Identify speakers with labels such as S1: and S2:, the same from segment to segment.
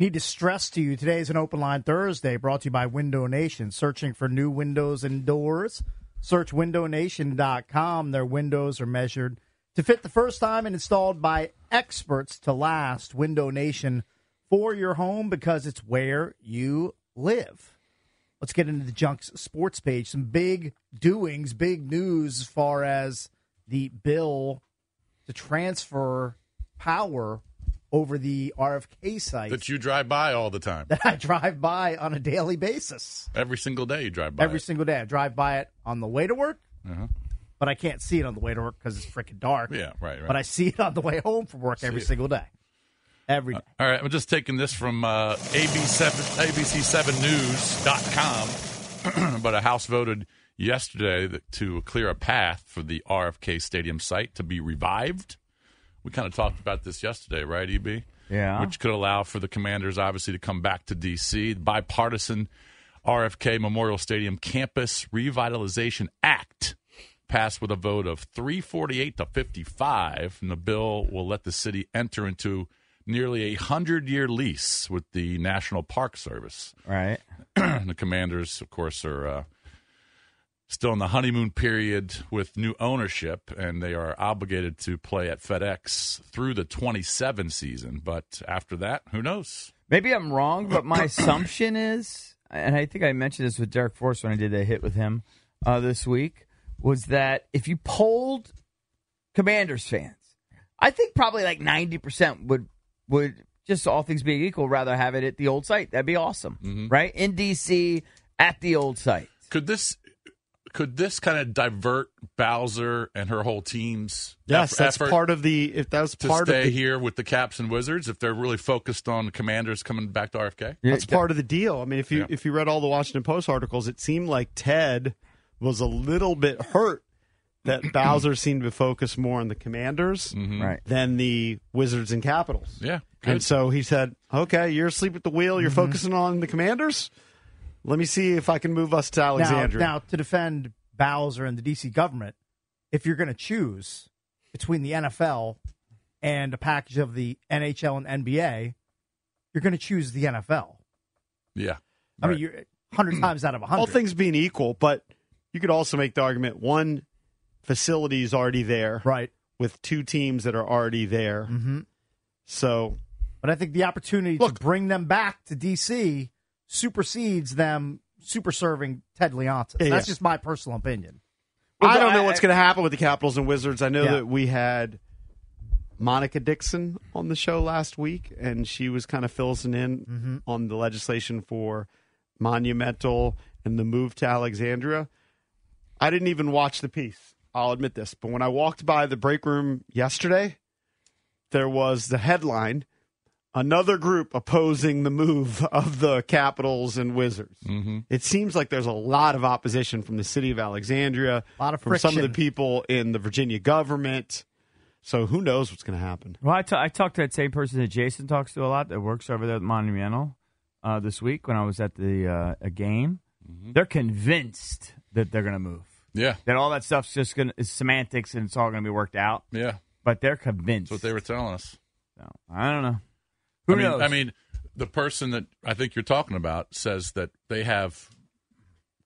S1: Need to stress to you today is an open line Thursday brought to you by Window Nation. Searching for new windows and doors? Search windownation.com. Their windows are measured to fit the first time and installed by experts to last. Window Nation for your home because it's where you live. Let's get into the Junk's sports page. Some big doings, big news as far as the bill to transfer power over the RFK site
S2: that you drive by all the time.
S1: that I drive by on a daily basis.
S2: Every single day you drive by.
S1: Every
S2: it. Uh-huh.
S1: single day, I drive by it on the way to work, but I can't see it on the way to work because it's freaking dark.
S2: Yeah, right, right.
S1: But I see it on the way home from work every
S2: it. Uh,
S1: single day. Every day.
S2: all right, I'm just taking this from uh, ABC7, ABC7news.com. but a House voted yesterday that, to clear a path for the RFK Stadium site to be revived. We kind of talked about this yesterday, right, E EB?
S1: Yeah.
S2: Which could allow for the commanders, obviously, to come back to D.C. Bipartisan RFK Memorial Stadium Campus Revitalization Act passed with a vote of 348 to 55, and the bill will let the city enter into nearly a 100 year lease with the National Park Service.
S1: Right.
S2: And the commanders, of course, are uh, still in the honeymoon period with new ownership, and they are obligated to play at FedEx through the 27 season. But after that, who knows?
S3: Maybe I'm wrong, but my assumption is, and I think I mentioned this with Derek Force when I did the hit with him uh, this week, was that if you polled Commanders fans, I think probably like 90% would would just all things being equal, rather have it at the old site. That'd be awesome, right? In DC at the old site.
S2: Could this. Could this kind of divert Bowser and her whole team's
S4: Yes,
S2: eff-
S4: that's
S2: effort
S4: part of the. If that was
S2: to
S4: part of
S2: stay
S4: the,
S2: here with the Caps and Wizards if they're really focused on Commanders coming back to RFK?
S4: that's part of the deal. I mean, if you
S2: Yeah.
S4: if you read all the Washington Post articles, it seemed like Ted was a little bit hurt that Bowser seemed to focus more on the Commanders
S3: Right.
S4: than the Wizards and Capitals.
S2: Mm-hmm. Yeah,
S4: And so he said, "Okay, you're asleep at the wheel.
S1: Mm-hmm.
S4: You're focusing on the Commanders. Let me see if I can move us to
S1: Now,
S4: Alexandria."
S1: now, to defend Bowser and the D.C. government, if you're going to choose between the NFL and a package of the NHL and NBA, you're going to choose the NFL.
S2: yeah.
S1: I mean, you're 100 times out of 100.
S4: all things being equal, but you could also make the argument one facility is already there,
S1: Right.
S4: With two teams that are already there, mm-hmm. so
S1: But I think the opportunity
S2: Look-
S1: to bring them back to DC supersedes them super serving Ted Leontis.
S4: Yeah,
S1: That's
S4: yeah.
S1: just my personal opinion.
S4: I don't
S3: I-
S4: know what's
S3: I-
S4: going to happen with the Capitals and Wizards. I know
S1: Yeah.
S4: that we had Monica Dixon on the show last week, and she was kind of filling in
S3: Mm-hmm.
S4: on the legislation for Monumental and the move to Alexandria. I didn't even watch the piece. I'll admit this, but when I walked by the break room yesterday, there was the headline: another group opposing the move of the Capitals and Wizards.
S3: Mm-hmm.
S4: It seems like there's a lot of opposition from the city of Alexandria,
S1: A lot of
S4: from some of the
S1: friction.
S4: people in the Virginia government. So who knows what's going to happen?
S3: Well, I ta- I talked to that same person that Jason talks to a lot that works over there at Monumental uh, this week when I was at the uh, a game. They're convinced that they're going to move.
S2: Yeah.
S3: That all that stuff's just going to is semantics and it's all going to be worked out.
S2: Yeah.
S3: But they're convinced.
S2: That's what they were telling us.
S3: So, I don't know. Who
S2: I mean,
S3: knows?
S2: I mean, the person that I think you're talking about says that they have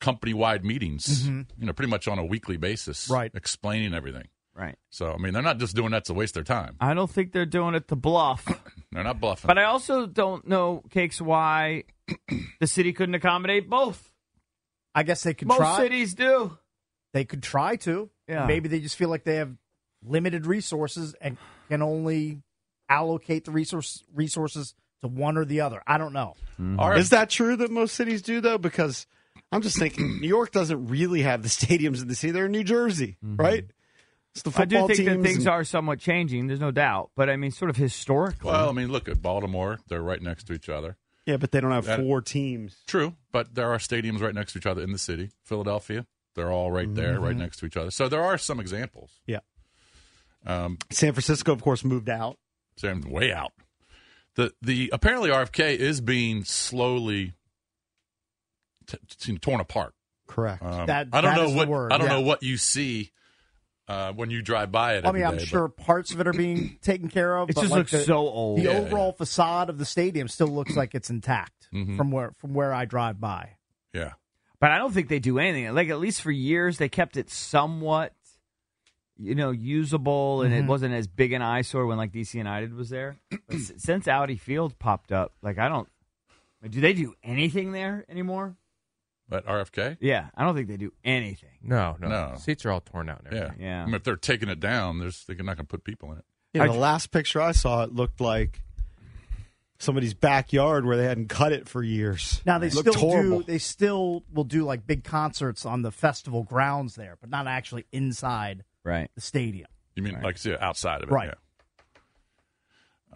S2: company-wide meetings, you know, pretty much on a weekly basis,
S1: Right.
S2: Explaining everything.
S3: right.
S2: So I mean, they're not just doing that to waste their time.
S3: I don't think they're doing it to bluff.
S2: They're not bluffing.
S3: but I also don't know, Cakes, why the city couldn't accommodate both.
S1: I guess they could
S3: Most
S1: try.
S3: cities do.
S1: They could try to.
S3: Yeah.
S1: Maybe they just feel like they have limited resources and can only allocate the resource resources to one or the other. I don't know.
S3: Mm-hmm.
S2: RF
S4: Is that true that most cities do though? Because I'm just thinking New York doesn't really have the stadiums in the city. They're in New Jersey, right? It's the
S3: Mm-hmm. I do
S4: football
S3: think that
S4: teams
S3: things
S4: and-
S3: are somewhat changing. There's no doubt. But I mean, sort of historically.
S2: well, I mean, look at Baltimore. They're right next to each other.
S4: Yeah, but they don't have
S2: That-
S4: four teams.
S2: True, but there are stadiums right next to each other in the city. Philadelphia, they're all right there, right next to each other. So there are some examples.
S4: Yeah.
S2: Um,
S4: San Francisco, of course, moved out.
S2: so I'm way out. The the apparently RFK is being slowly t- t- torn apart.
S4: Correct.
S2: Um,
S1: That-
S2: I don't
S1: that
S2: know
S1: is the
S2: what
S1: word,
S2: I don't
S1: yeah.
S2: know what you see uh, when you drive by it.
S1: I mean,
S2: every
S1: I'm
S2: day, but
S1: sure parts of it are being taken care of.
S3: It
S1: but
S3: just
S1: like
S3: looks
S1: the,
S3: so old.
S1: The
S2: Yeah,
S1: overall facade of the stadium still looks like it's intact
S2: Mhm.
S1: from where from where I drive by.
S2: Yeah,
S3: But I don't think they do anything. Like at least for years, they kept it somewhat, you know, usable, and it wasn't as big an eyesore when like DC United was there. But s- since Audi Field popped up, like I don't, do they do anything there anymore?
S2: but RFK.
S3: Yeah, I don't think they do anything.
S5: No, no,
S2: No.
S5: Seats are all torn out. And
S2: Yeah,
S5: everything.
S3: Yeah.
S2: I mean, if they're taking it down, there's they're not going to put people in it.
S4: Yeah, the
S3: I-
S4: last picture I saw, it looked like somebody's backyard where they hadn't cut it for years.
S1: Now they
S4: It looked
S1: still
S4: horrible.
S1: do. They still will do like big concerts on the festival grounds there, but not actually inside
S3: Right.
S1: the stadium.
S2: You mean like see, outside of it?
S1: Right.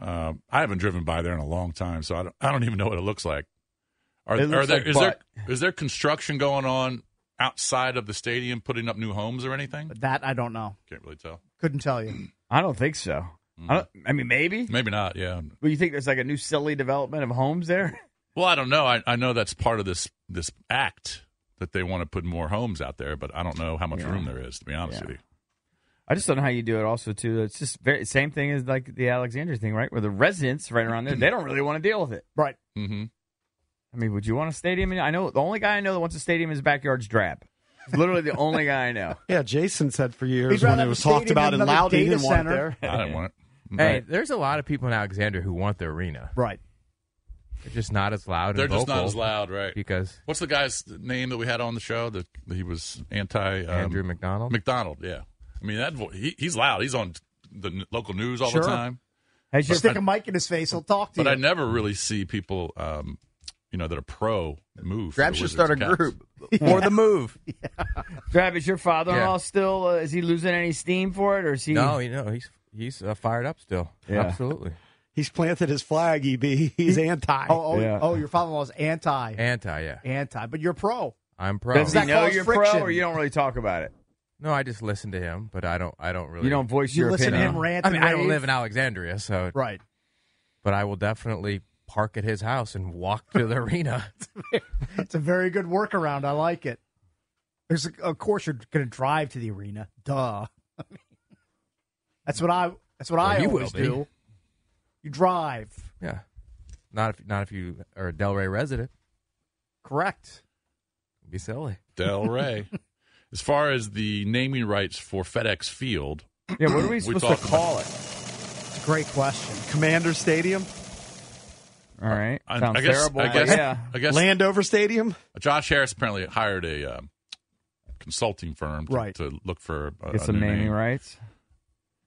S2: Yeah. Um, I haven't driven by there in a long time, so I don't. I don't even know what it looks like. Are,
S3: It looks
S2: are there,
S3: like
S2: is there is there construction going on outside of the stadium, putting up new homes or anything?
S1: But that I don't know.
S2: Can't really tell.
S1: Couldn't tell you.
S3: I don't think so. I don't. I mean, maybe.
S2: Maybe not. Yeah.
S3: But you think there's like a new silly development of homes there?
S2: Well, I don't know. I, I know that's part of this this act that they want to put more homes out there, but I don't know how much room there is. To be honest
S3: Yeah.
S2: with you.
S3: I just don't know how you do it. Also, too, it's just very same thing as like the Alexandria thing, right? Where the residents right around there, they don't really want to deal with it.
S1: Right.
S2: Mm-hmm.
S3: I mean, would you want a stadium? in- I know the only guy I know that wants a stadium in his backyard's drab. He's literally the only guy I know.
S4: Yeah, Jason said for years
S1: He'd
S4: when
S1: rather
S4: it was
S1: have a
S4: talked
S1: stadium
S4: about
S1: than
S4: in
S1: another
S4: loud, he
S1: data
S4: didn't want it
S1: center.
S4: there.
S2: I don't want it.
S5: Hey,
S2: Right.
S5: there's a lot of people in Alexandria who want the arena.
S1: Right.
S5: They're just not as loud.
S2: They're
S5: and
S2: just not
S5: vocal
S2: as loud, right?
S5: because
S2: What's the guy's name that we had on the show that that he was anti um,
S5: Andrew McDonald.
S2: McDonald? Yeah, I mean that vo- he, he's loud. He's on the n- local news all
S1: Sure.
S2: the time.
S3: Has your,
S1: Stick a mic in his face. He'll talk to
S2: But
S1: you.
S2: I never really see people, um, you know, that are pro move. for
S5: Grab
S2: the
S5: should
S2: Wizards
S5: start a
S2: and Cats.
S5: group for the move.
S3: Trav, is your father-in-law
S5: Yeah.
S3: still? Uh, is he losing any steam for it, or is he?
S5: No, you know he's he's uh, fired up still.
S3: Yeah.
S5: Absolutely
S4: He's planted his flag, EB. He's anti.
S1: oh, oh,
S3: Yeah.
S1: oh, your father-in-law is anti.
S5: anti. Yeah,
S1: anti, but you're pro.
S5: I'm pro.
S3: Does he
S1: that
S3: know
S1: cause
S3: you're
S1: friction?
S3: pro, or you don't really talk about it?
S5: No, I just listen to him, but I don't. I don't really.
S3: You don't voice
S1: You
S3: your
S1: listen to
S3: opinion.
S1: him rant.
S5: I mean,
S1: and
S5: I don't
S1: rave.
S5: live in Alexandria, so.
S1: Right.
S5: But I will definitely park at his house and walk to the arena.
S1: It's a very good workaround. I like it. There's, a, of course, you're going to drive to the arena. Duh. that's what I. That's what I
S5: you will
S1: always
S5: be.
S1: do. You drive.
S5: Yeah. Not if not if you are a Delray resident.
S1: Correct.
S5: It'd be silly.
S2: Del Rey. as far as the naming rights for FedEx Field,
S3: Yeah, what are we supposed to
S2: talked about-
S3: call it?
S1: It's a great question.
S4: Commander Stadium,
S3: All right,
S2: I,
S3: sounds
S2: I guess,
S3: terrible.
S2: I
S3: but
S2: guess,
S3: yeah.
S2: I guess
S4: Landover Stadium.
S2: Josh Harris apparently hired a um, consulting firm to,
S1: Right.
S2: to look for a,
S3: Get
S2: a
S3: some
S2: new
S3: naming
S2: name.
S3: rights.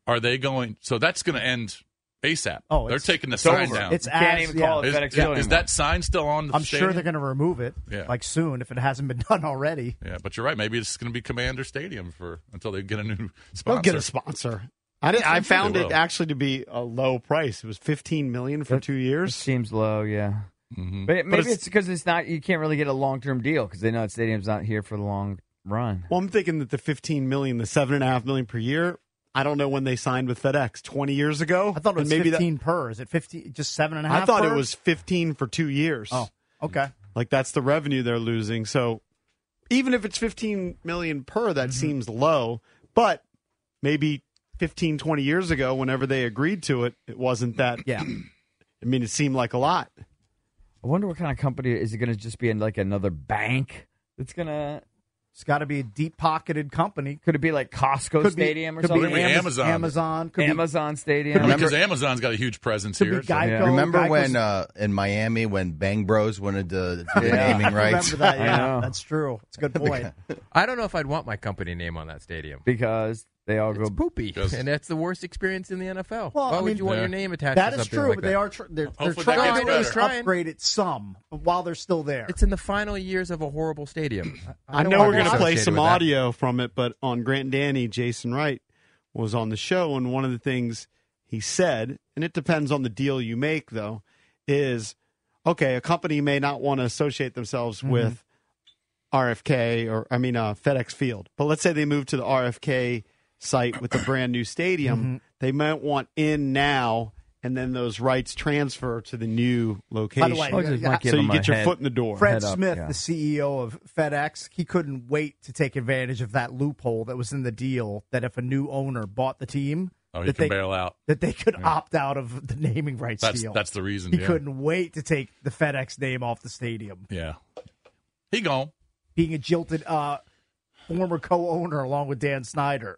S2: Are they going? So that's going to end ASAP.
S1: Oh,
S2: they're
S1: it's-
S2: taking the
S3: it's
S2: sign
S3: over.
S2: down.
S1: It's
S3: You can't
S1: as-
S3: even
S1: yeah.
S3: call it
S2: is,
S3: FedEx
S2: is-
S3: Field
S2: is
S3: anymore.
S2: that sign still on? The
S1: I'm sure
S2: stadium?
S1: they're going to remove it
S2: Yeah.
S1: like soon if it hasn't been done already.
S2: Yeah, but you're right. Maybe it's going to be Commander Stadium for until they get a new sponsor.
S4: They'll get a sponsor. I, did, I
S2: I'm sure
S4: found
S2: they
S4: it
S2: will.
S4: actually to be a low price. It was fifteen million for two
S3: It
S4: years.
S3: seems low, yeah.
S2: Mm-hmm.
S3: But it- maybe
S4: it's-
S3: it's because it's not. You can't really get a long term deal because they know that stadium's not here for the long run.
S4: Well, I'm thinking that the fifteen million, the seven and a half million per year. I don't know when they signed with FedEx. Twenty years ago,
S1: I thought it
S4: And
S1: was
S4: maybe that-
S1: 15 per. Is it 50? Just seven and a half?
S4: I thought
S1: per?
S4: it was fifteen for two years.
S1: Oh, okay.
S4: Like that's the revenue they're losing. So even if it's 15 million per,
S1: Mm-hmm.
S4: that seems low, but maybe 15 20 years ago whenever they agreed to it, it wasn't that
S1: Yeah.
S4: I mean it seemed like a lot.
S3: I wonder what kind of company is it going to just be in like another bank that's going to.
S1: It's got to be a deep pocketed company.
S3: Could it be like Costco
S1: Could be-
S3: Stadium or
S1: could be
S3: something?
S2: Could be
S1: Amaz-
S2: Amazon.
S1: Amazon. Could be
S3: Amazon Stadium.
S2: because Amazon's got a huge presence
S1: could
S2: here.
S1: be
S2: so-
S1: Geico.
S3: Yeah.
S6: Remember
S1: Geico's-
S6: when uh, in Miami when Bang Bros wanted to do the
S3: Yeah.
S6: naming rights?
S1: Remember that?
S3: I
S1: Yeah,
S3: know.
S1: that's true. It's a good point.
S5: I don't know if I'd want my company name on that stadium.
S3: because they all
S5: It's
S3: go.
S5: poopy,
S2: Because-
S5: and that's the worst experience in the
S1: Well,
S5: NFL. Why
S1: I
S5: would
S1: mean-
S5: you want
S2: Yeah.
S5: your name attached?
S1: That
S5: to
S1: is
S5: something
S1: true.
S5: like
S1: but they are tr- they're, they're
S2: Hopefully that
S1: trying
S5: gets
S1: to at least
S5: better. Trying.
S1: upgrade it some while they're still there.
S5: It's in the final years of a horrible stadium.
S4: I,
S5: don't
S4: know
S5: wanna
S4: we're
S5: be
S4: going to play
S5: associated
S4: some
S5: with that.
S4: audio from it, but on Grant and Danny, Jason Wright was on the show, and one of the things he said, and it depends on the deal you make, though, is okay, a company may not want to associate themselves with RFK or I mean uh, FedEx Field, but let's say they move to the RFK site with the brand new stadium, they might want in now, and then those rights transfer to the new
S1: By
S4: location.
S1: the way,
S3: I'll just might give
S4: so you
S3: him a
S4: get your
S3: head.
S4: foot in the door.
S1: Fred
S3: Head up,
S1: Smith,
S3: yeah.
S1: the CEO of FedEx, he couldn't wait to take advantage of that loophole that was in the deal that if a new owner bought the team,
S2: Oh, he
S1: that,
S2: can
S1: they,
S2: bail out.
S1: that they could opt out of the naming rights
S2: That's
S1: deal.
S2: that's the reason.
S1: he
S2: yeah.
S1: couldn't wait to take the FedEx name off the stadium.
S2: Yeah, he gone.
S1: Being a jilted uh, former co-owner along with Dan Snyder.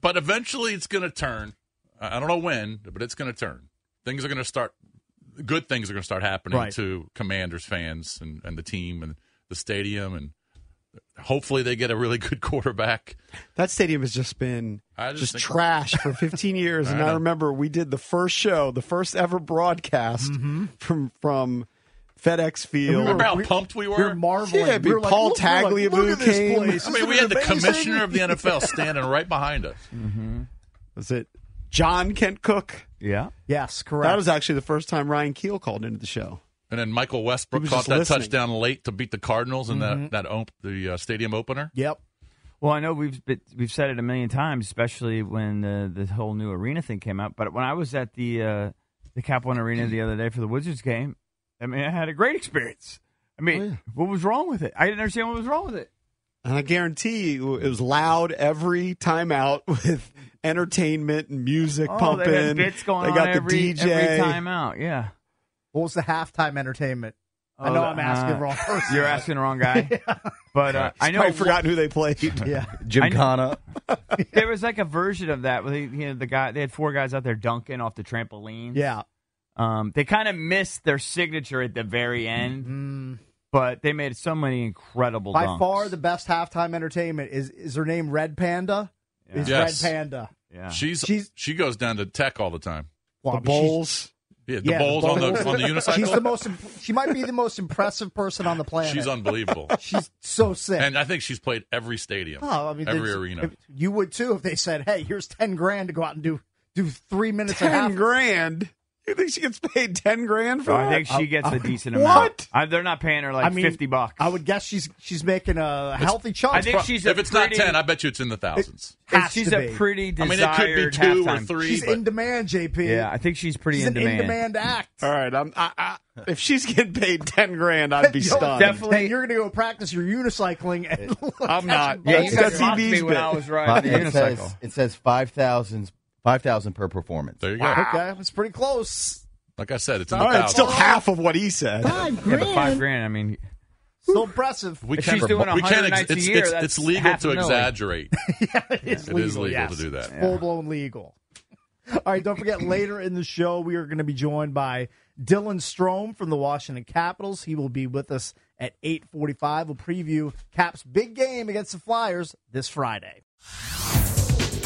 S2: but eventually it's going to turn. I I don't know when, but it's going to turn. Things are going to start. Good things are going to start happening
S1: Right.
S2: to Commanders fans and, and the team and the stadium, and hopefully they get a really good quarterback.
S4: That stadium has just been
S2: I just
S4: just,
S2: think-
S4: trash for 15 years, and I remember we did the first show, the first ever broadcast
S2: Mm-hmm.
S4: from from FedEx Field.
S2: Remember how pumped we
S1: We're
S2: were?
S1: marveling.
S4: Yeah, it'd be
S1: We're like,
S4: Paul
S1: look- we're like,
S4: Tagliabue
S1: look at this
S4: came.
S1: place.
S2: I
S1: Isn't
S2: mean, we
S1: it
S2: had the
S1: amazing?
S2: commissioner of the NFL standing right behind us.
S4: was it John Kent Cook?
S3: Yeah.
S1: Yes, correct.
S4: That was actually the first time Ryan Keel called into the show.
S2: And then Michael Westbrook
S4: was
S2: caught
S4: just
S2: that
S4: listening.
S2: touchdown late to beat the Cardinals in
S1: Mm-hmm.
S2: that that op- the uh, stadium opener.
S1: yep.
S3: Well, I know we've been- we've said it a million times, especially when the the whole new arena thing came out. But when I was at the uh, the Cap One Arena the other day for the Wizards game, I mean, I had a great experience. I mean, what was wrong with it? I didn't understand what was wrong with it.
S4: And I guarantee you, it was loud every time out with entertainment and music
S3: Oh,
S4: pumping.
S3: they had bits going
S4: They
S3: on
S4: got
S3: every,
S4: the DJ.
S3: every time out. Yeah.
S1: What was the halftime entertainment? I
S3: Oh,
S1: know
S3: the-
S1: I'm asking
S3: uh,
S1: the wrong person.
S3: You're asking the wrong guy. But uh, I know
S4: I forgot who they played.
S1: Yeah.
S6: Gymkhana.
S3: there was like a version of that. Where they, you know, the guy they had four guys out there dunking off the trampoline.
S1: Yeah.
S3: Um, they kind of missed their signature at the very end,
S1: Mm.
S3: but they made so many incredible.
S1: By
S3: dunks.
S1: far the best halftime entertainment is is her name Red Panda? Is
S2: Yes.
S1: Red Panda.
S3: yeah.
S2: She's,
S1: She's-
S2: she goes down to tech all the time.
S1: Well,
S4: The
S1: I mean, she's-
S4: Bulls.
S2: Yeah, the
S1: yeah,
S2: balls on the on the unicycle.
S1: She's the most she might be the most impressive person on the planet.
S2: She's unbelievable.
S1: She's so sick.
S2: And I think she's played every stadium,
S1: Oh, I mean,
S2: every
S1: there's-
S2: arena.
S1: if- You would too if they said, "Hey, here's ten grand to go out and do do three minutes of half."
S4: Ten grand. You think she gets paid ten grand for
S3: So
S4: that?
S3: Oh, I think she gets a decent
S4: What?
S3: amount. I, they're not paying her like
S1: I mean,
S3: fifty bucks.
S1: I would guess she's she's making a healthy chunk.
S3: I think she's. A
S2: if it's
S3: pretty,
S2: not ten, I bet you it's in the thousands.
S1: Has
S3: she's
S1: to
S3: a
S1: be.
S3: pretty
S2: I mean,
S3: desired
S2: it could be two or
S3: halftime.
S2: three.
S1: she's
S2: but
S1: in demand, JP.
S3: Yeah, I think she's pretty
S1: she's
S3: in
S1: an
S3: demand.
S1: in-demand act.
S4: All right, I'm. I, I, if she's getting paid ten grand, I'd be
S1: Yo,
S4: stunned.
S3: definitely-
S1: Hey, you're gonna go practice your unicycling. And
S4: I'm not.
S3: Yeah,
S4: That's-
S3: you guys
S4: that's
S3: mocked me
S4: CB's
S3: when
S4: bit.
S3: I was riding the
S6: it says
S3: unicycle.
S6: it says five thousand five thousand per performance.
S2: there you go.
S1: Okay, it's pretty close.
S2: Like I said, it's in
S4: All
S2: the
S4: right, it's
S2: thousands.
S4: still half of what he said.
S3: Yeah, but five grand. I mean,
S1: Still impressive.
S2: we
S3: if
S2: can't.
S3: she's doing
S2: we
S3: 100
S2: can't.
S3: nights a
S2: it's,
S3: year,
S2: it's,
S3: that's
S2: it's legal
S3: half
S2: to
S3: a million.
S2: exaggerate.
S1: it's
S2: It is legal to do that.
S1: Full blown legal. All right, don't forget later in the show, we are going to be joined by Dylan Strome from the Washington Capitals. He will be with us at 845. We'll preview Cap's big game against the Flyers this Friday.